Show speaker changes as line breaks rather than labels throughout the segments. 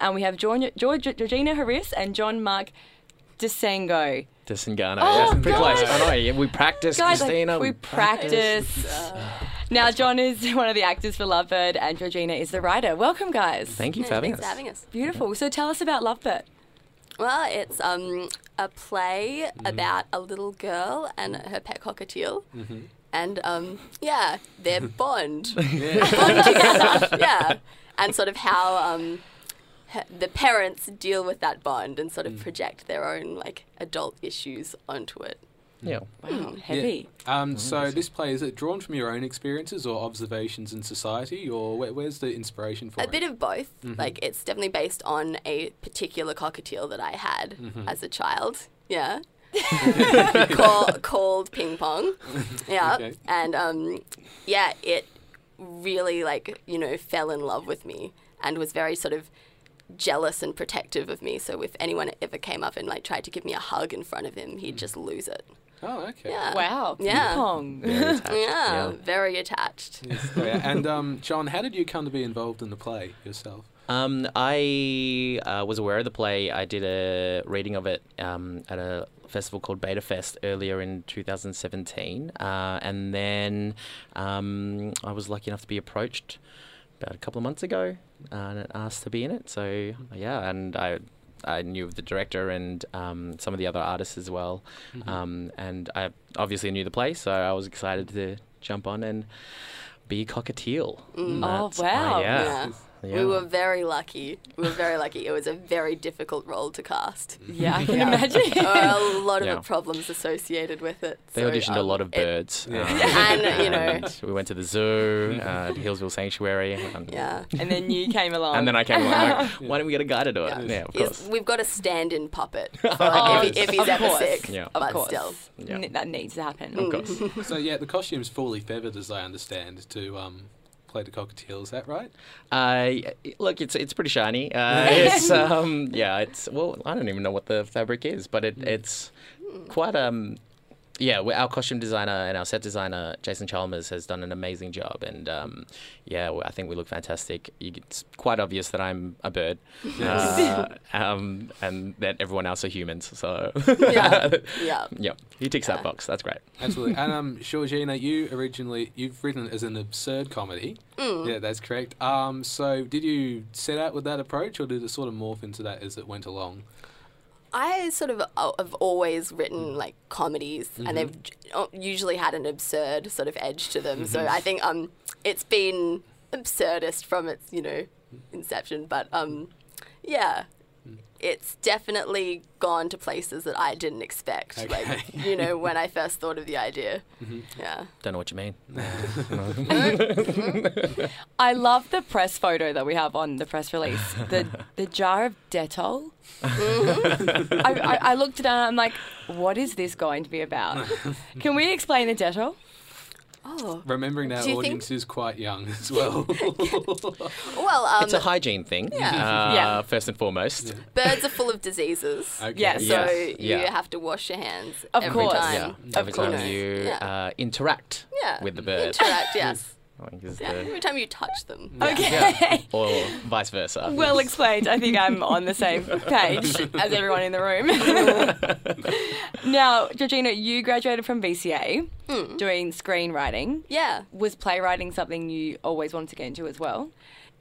and we have Georg- Georg- Georgina Harris and John Mark DeSango.
Disengano.
Oh,
yeah, pretty
gosh.
close. I know. Yeah, we practice,
Guys, like,
Christina.
we practice. Uh, now, John is one of the actors for Lovebird, and Georgina is the writer. Welcome, guys.
Thank you for having
Thanks
us.
for having us.
Beautiful. So, tell us about Lovebird.
Well, it's um, a play about a little girl and her pet cockatiel. And um, yeah, their bond. bond together. Yeah. And sort of how um, her, the parents deal with that bond and sort of project their own like adult issues onto it.
Yeah.
Wow, Hmm, heavy.
Um, so this play is it drawn from your own experiences or observations in society, or where, where's the inspiration for
A
it?
bit of both.
Mm-hmm.
Like it's definitely based on a particular cockatiel that I had
Mm-hmm.
as a child. Yeah. Call, called ping pong. Yeah.
Okay.
And um, yeah, it really like, you know, fell in love with me and was very sort of jealous and protective of me. So if anyone ever came up and like tried to give me a hug in front of him, he'd just lose it.
oh, Mm. okay.
Yeah.
Wow.
Uh, Yeah.
Ping pong.
Very attached.
Yeah, very attached.
Oh, yeah. And um, John, how did you come to be involved in the play yourself?
Um, I uh, was aware of the play. I did a reading of it um, at a festival called Beta Fest earlier in 2017. Uh, and then um, I was lucky enough to be approached about a couple of months ago uh, and asked to be in it. So, yeah, and I. I knew of the director and um, some of the other artists as well,
Mm-hmm.
Mm-hmm.
um, and I obviously knew the play, so I was excited to jump on and be a cockatiel. in
Oh,
that. Uh,
wow.
Mm. Yeah.
Yeah.
We were very lucky. We were very lucky. It was a very difficult role to cast.
Yeah, I can imagine.
There are a lot of
Yeah.
the problems associated with it.
They
so,
auditioned a
um,
lot of
it-
birds.
Yeah.
um,
And, you know.
and we went to the zoo, uh, to Hillsville Sanctuary. And,
yeah.
and then you came along.
And then I came along. Like, Why don't we get a guy to do it?
Yeah.
Yeah, of
He's-
course.
we've got a stand-in puppet for
Oh,
if, he, if he's
of
ever
course.
sick.
Yeah.
Of
but
course.
still, Mm.
Yeah.
N- that needs to happen.
Of course.
so yeah, the costume's fully feathered, as I understand, to um, play the cockatiel. Is that right?
Uh, look, it's it's pretty shiny. Uh, it's um, yeah, it's well, I don't even know what the fabric is, but it, it's quite um, yeah. we- Our costume designer and our set designer Jason Chalmers has done an amazing job, and um, yeah, well, I think we look fantastic. You, it's quite obvious that I'm a bird, uh, um, and that everyone else are humans. So
yeah, yeah.
yeah, he ticks
Yeah.
that box. That's great.
Absolutely. and um, Georgina, you originally you've written it as an absurd comedy.
Mm. Mm-hmm.
Yeah, that's correct. Um, so did you set out with that approach, or did it sort of morph into that as it went along?
I sort of uh, have always written
Mm.
like comedies,
Mm-hmm.
and they've j- uh, usually had an absurd sort of edge to them.
Mm-hmm.
So I think um, it's been absurdist from its you know inception, but um, yeah,
Mm.
it's definitely gone to places that I didn't expect.
Okay.
Like you know when I first thought of the idea,
Mm-hmm.
yeah.
Don't know what you mean.
Mm-hmm.
Mm-hmm.
I love the press photo that we have on the press release. The the jar of Dettol. I, I, I looked at it and I'm like, what is this going to be about? Can we explain the Dettol?
Oh
Remembering that
Do you
audience is quite young as well.
well, um,
It's a hygiene thing,
Yeah.
Uh,
Yeah.
first and foremost.
birds are full of diseases.
okay.
Yes.
So
Yeah.
you
Yeah.
have to wash your hands
Of
every
course.
time.
Yeah. Every
Of
time
course.
you
Yeah.
uh, interact
Yeah.
with the bird.
Interact, yes.
I think is
Yeah.
the-
Every time you touch them.
Okay.
or vice versa.
Well explained. I think I'm on the same page as everyone in the room. now, Georgina, you graduated from VCA doing screenwriting.
Mm. Yeah.
Was playwriting something you always wanted to get into as well?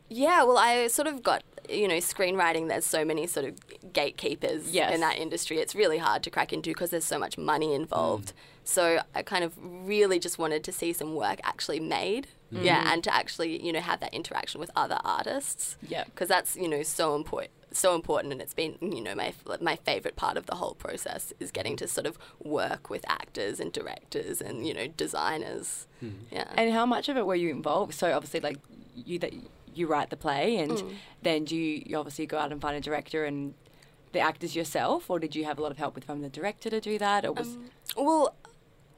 Yeah, well, I sort of got, you know, screenwriting, there's so many sort of gatekeepers
Yes.
in that industry. It's really hard to crack into because there's so much money involved. So I kind of really just wanted to see some work actually made. Yeah, and to actually, you know, have that interaction with other artists.
Yep.
Because that's, you know, so important. So important, and it's been, you know, my my favorite part of the whole process is getting to sort of work with actors and directors and you know designers.
Hmm.
Yeah,
And how much of it were you involved? So obviously, like you that you write the play,
Mm.
and then do you, you obviously go out and find a director and the actors yourself, or did you have a lot of help with from the director to do that, or was
Um, Well,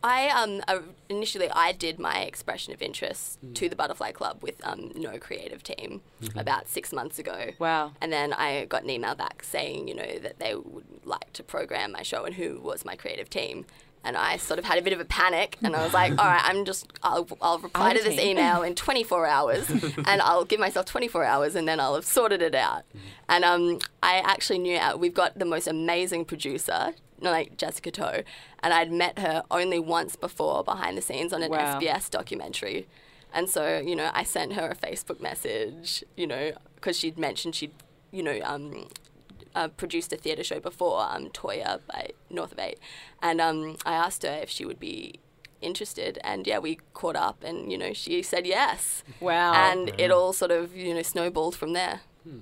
I um uh, initially I did my expression of interest to the Butterfly Club with um no creative team about six months ago.
wow?
And then I got an email back saying, you know, that they would like to program my show and who was my creative team. And I sort of had a bit of a panic, and I was like, "All right, I'm just I'll, I'll reply to this
Outing.
email in 24 hours, and I'll give myself 24 hours, and then I'll have sorted it out." And um, I actually knew out, we've got the most amazing producer, like Jessica Toe, and I'd met her only once before behind the scenes on an
Wow.
SBS documentary. And so, you know, I sent her a Facebook message, you know, because she'd mentioned she'd, you know, um, uh, produced a theatre show before, um, Toya by North of Eight. And um, I asked her if she would be interested. And yeah, we caught up and, you know, she said yes.
Oh, Wow.
and it all sort of, you know, snowballed from there.
Hmm.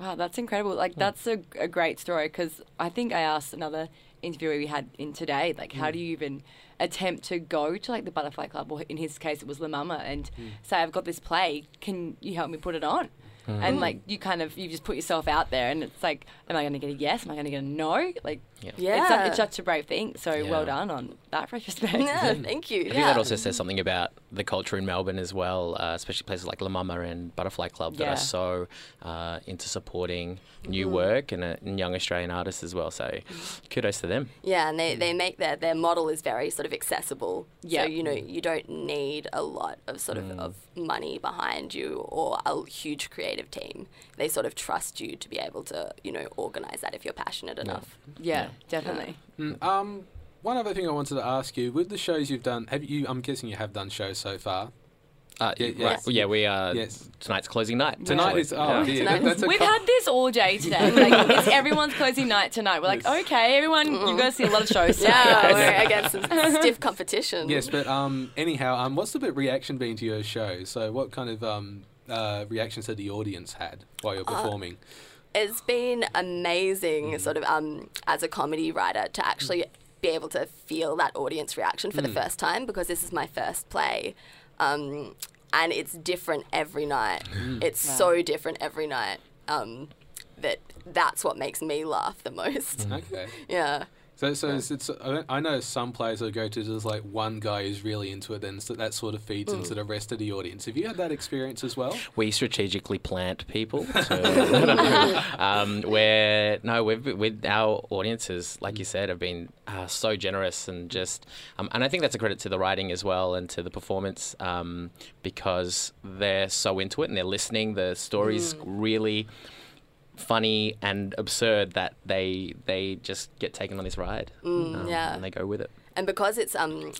Wow, that's incredible. Like, that's a, a great story because I think I asked another interviewee we had in today, like, how do you even attempt to go to, like, the Butterfly Club, or in his case, it was La Mama, and say, I've got this play, can you help me put it on?
Mm-hmm. Mm.
And, like, you kind of, you just put yourself out there, and it's like, am I going to get a yes? Am I going to get a no? Like,
Yeah.
it's,
Yeah.
su- it's such a brave thing. So, well
Yeah.
done on that retrospect.
yeah, thank you.
I think
yeah.
that also says something about the culture in Melbourne as well, uh, especially places like La Mama and Butterfly Club that
Yeah.
are so uh, into supporting new work and, uh, and young Australian artists as well. So kudos to them.
Yeah, and they, they make their their model is very sort of accessible.
Mm. Yeah. Mm.
So you know you don't need a lot of sort of, of money behind you or a huge creative team. They sort of trust you to be able to you know organize that if you're passionate enough.
Yeah, definitely.
Mm, um, one other thing I wanted to ask you with the shows you've done. Have you? I'm guessing you have done shows so far.
Uh,
Yeah,
right.
yes.
Well, yeah, we are.
Yes.
Tonight's closing night.
Tonight
actually.
is oh,
Uh, Yeah.
dear,
Tonight
that- that's a
We've
couple-
had this all day today. Like, it's everyone's closing night tonight. We're like,
Yes.
okay, everyone, you're going to see a lot of shows tonight.
Mm-hmm. Yeah,
guys."
we're against some stiff competition.
Yes, but um, anyhow, um, what's the bit reaction been to your show? So, what kind of um, uh, reactions had the audience had while you're
Uh,
performing?
it's been amazing sort of um, as a comedy writer to actually be able to feel that audience reaction for the first time because this is my first play um, and it's different every night it's so different every night um, that that's what makes me laugh the most
okay.
yeah
So, so it's, it's I don't- I know some players I go to there's like one guy who's really into it, and so that sort of feeds into
Mm.
the rest of the audience. Have you had that experience as well?
we strategically plant people. To, um, where no, we've with our audiences, like you said, have been uh, so generous and just, um, and I think that's a credit to the writing as well and to the performance um, because they're so into it and they're listening. The stories really funny and absurd that they they just get taken on this ride um,
yeah.
and they go with it
and because it's um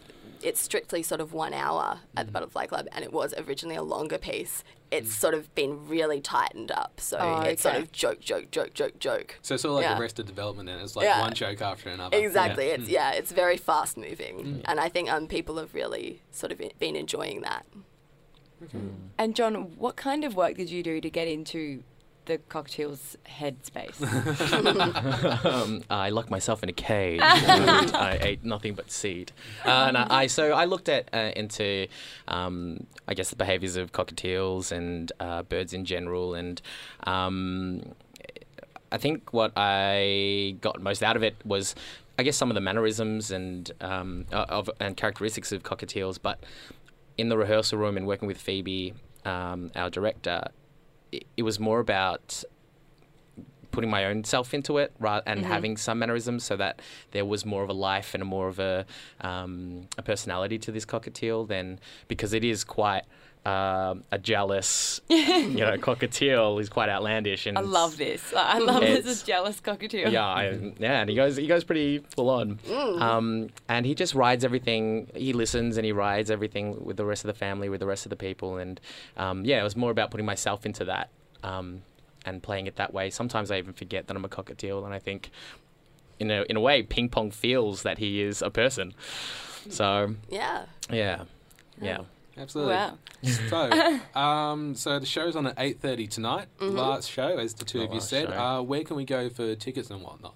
it's strictly sort of one hour at the Butterfly Club, and it was originally a longer piece. It's sort of been really tightened up, so
Oh,
it's sort
okay.
of joke, joke, joke, joke, joke.
So, it's sort of like
Yeah.
the rest of development, and it's like
Yeah.
one joke after another. Hmm.
Exactly. It's yeah, it's very fast moving, and I think um people have really sort of been enjoying that.
Mm.
And John, what kind of work did you do to get into the cocktail's headspace?
um, I locked myself in a cage. and I ate nothing but seed. Uh, and I, I so I looked at uh, into, um, I guess, the behaviours of cockatiels and uh, birds in general, and. Um, I think what I got most out of it was, I guess, some of the mannerisms and um, uh, of and characteristics of cockatiels. But in the rehearsal room and working with Phoebe, um, our director, it, it was more about putting my own self into it ra- and
Mm-hmm.
having some mannerisms so that there was more of a life and a more of a, um, a personality to this cockatiel than because it is quite um, a jealous you know cockatiel is quite outlandish and
I love this. Like, I love this
It's-
as jealous cockatoo.
yeah, I, yeah, and he goes he goes pretty full on.
Mm.
Um, and he just rides everything. He listens and he rides everything with the rest of the family, with the rest of the people, and um, yeah, it was more about putting myself into that um, and playing it that way. Sometimes I even forget that I'm a cockatiel, and I think. In a, in a way, ping pong feels that he is a person. So,
Yeah.
yeah. Yeah.
Absolutely.
Wow.
So, um, so the show's on at eight thirty tonight.
Mm-hmm.
Last show, as the two
The
of you
last
said.
show.
Uh, where can we go for tickets and whatnot?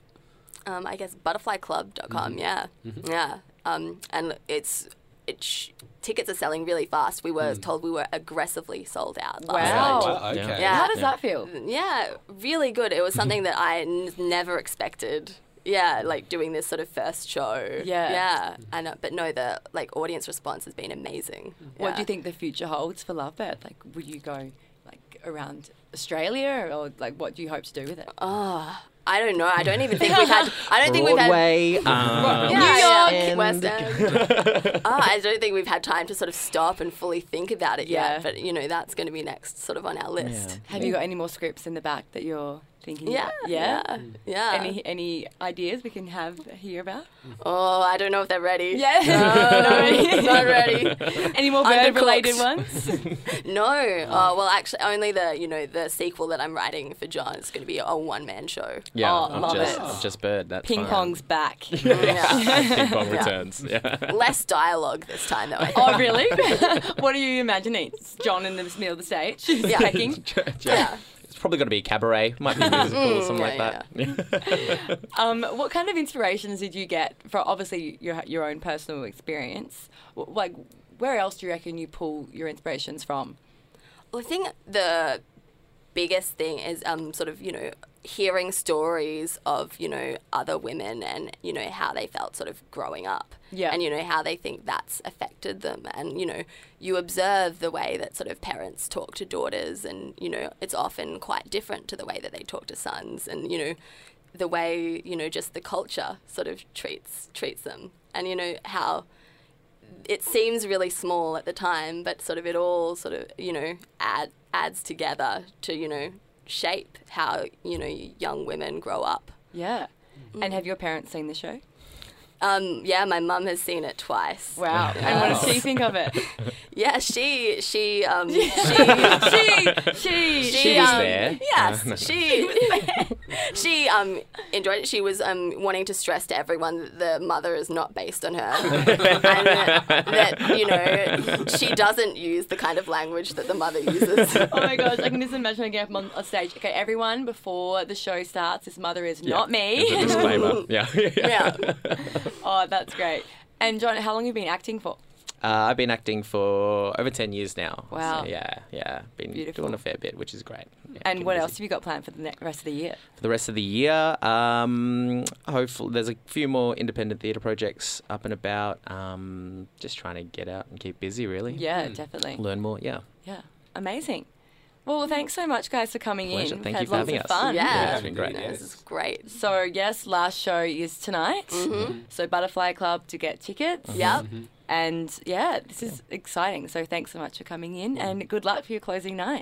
um, I guess butterflyclub.com. Yeah,
Mm-hmm.
yeah. Um, and it's it sh- tickets are selling really fast. We were told we were aggressively sold out. Last
Wow.
night.
Oh.
Wow, okay.
Yeah.
How
Yeah.
does
Yeah.
that feel?
Yeah, really good. It was something that I n- never expected. Yeah, like doing this sort of first show.
Yeah.
yeah. And uh, but no, the like audience response has been amazing.
What
Yeah.
do you think the future holds for Lovebird? Like, would you go like around Australia, or like what do you hope to do with it?
Oh, I don't know. I don't even think we've had. I don't think we've had.
Broadway, um,
Yeah,
New
yeah.
York.
West
End.
Oh, I don't think we've had time to sort of stop and fully think about it
Yeah.
yet. But you know, that's going to be next, sort of on our list.
Have you got any more scripts in the back that you're thinking?
Mm. Yeah,
about?
yeah, yeah.
Any any ideas we can have hear about?
oh, I don't know if they're ready.
Yeah.
no, not ready.
Any more
Undercooked.
bird related ones?
No. Oh, well, actually, only the you know the sequel that I'm writing for John is going to be a one man show.
Yeah,
Oh,
I'm
love
just,
it.
I'm just bird. That's
Ping
fine.
pong's back.
Yeah.
Ping pong
Yeah.
returns. Yeah.
Less dialogue this time, though. I think.
Oh really? what are you imagining? It's John in the middle of the stage,
Yeah.
pecking.
Yeah.
It's probably going to be a cabaret. Might be a musical or something like
yeah,
that. Yeah.
Um, what kind of inspirations did you get for obviously your your own personal experience? W- Like, where else do you reckon you pull your inspirations from?
Well, I think the biggest thing is um, sort of, you know, hearing stories of, you know, other women and, you know, how they felt sort of growing up.
Yeah.
And, you know, how they think that's affected them. And, you know, you observe the way that sort of parents talk to daughters and, you know, it's often quite different to the way that they talk to sons and, you know, the way, you know, just the culture sort of treats treats them. And, you know, how it seems really small at the time, but sort of it all sort of you know add, adds together to you know shape how you know young women grow up.
Yeah. And have your parents seen the show?
Um, yeah, my mum has seen it twice.
Wow. And what does she think of it?
Yeah, she she um,
she, she, she,
She was
um,
there.
Yes,
Uh, no.
she she um enjoyed it. She was um wanting to stress to everyone that the mother is not based on her, and that, that you know she doesn't use the kind of language that the mother uses.
Oh my gosh, I can just imagine again I'm on a stage. Okay, everyone, before the show starts, this mother is
Yeah.
not
It's a
me.
disclaimer. yeah.
Yeah.
oh, that's great. And John, how long have you been acting for?
Uh, I've been acting for over 10 years now.
Wow.
So, yeah, yeah. Been
Beautiful.
doing a fair bit, which is great. Yeah,
And
been
what
busy.
else have you got planned for the ne- rest of the year?
For the rest of the year, um, hopefully, there's a few more independent theatre projects up and about. Um, just trying to get out and keep busy, really. Hmm.
Yeah, definitely.
Learn more, yeah.
Yeah, amazing. Well, thanks so much, guys, for coming
Pleasure.
in.
Thank
We've
you for
had lots
having
of
us.
fun.
Yeah.
it's been great.
Yeah.
This is great.
So yes, last show is tonight.
Mm-hmm.
So Butterfly Club to get tickets.
Mm-hmm.
Yep.
Mm-hmm.
And yeah, this is exciting. So thanks so much for coming in, and good luck for your closing night.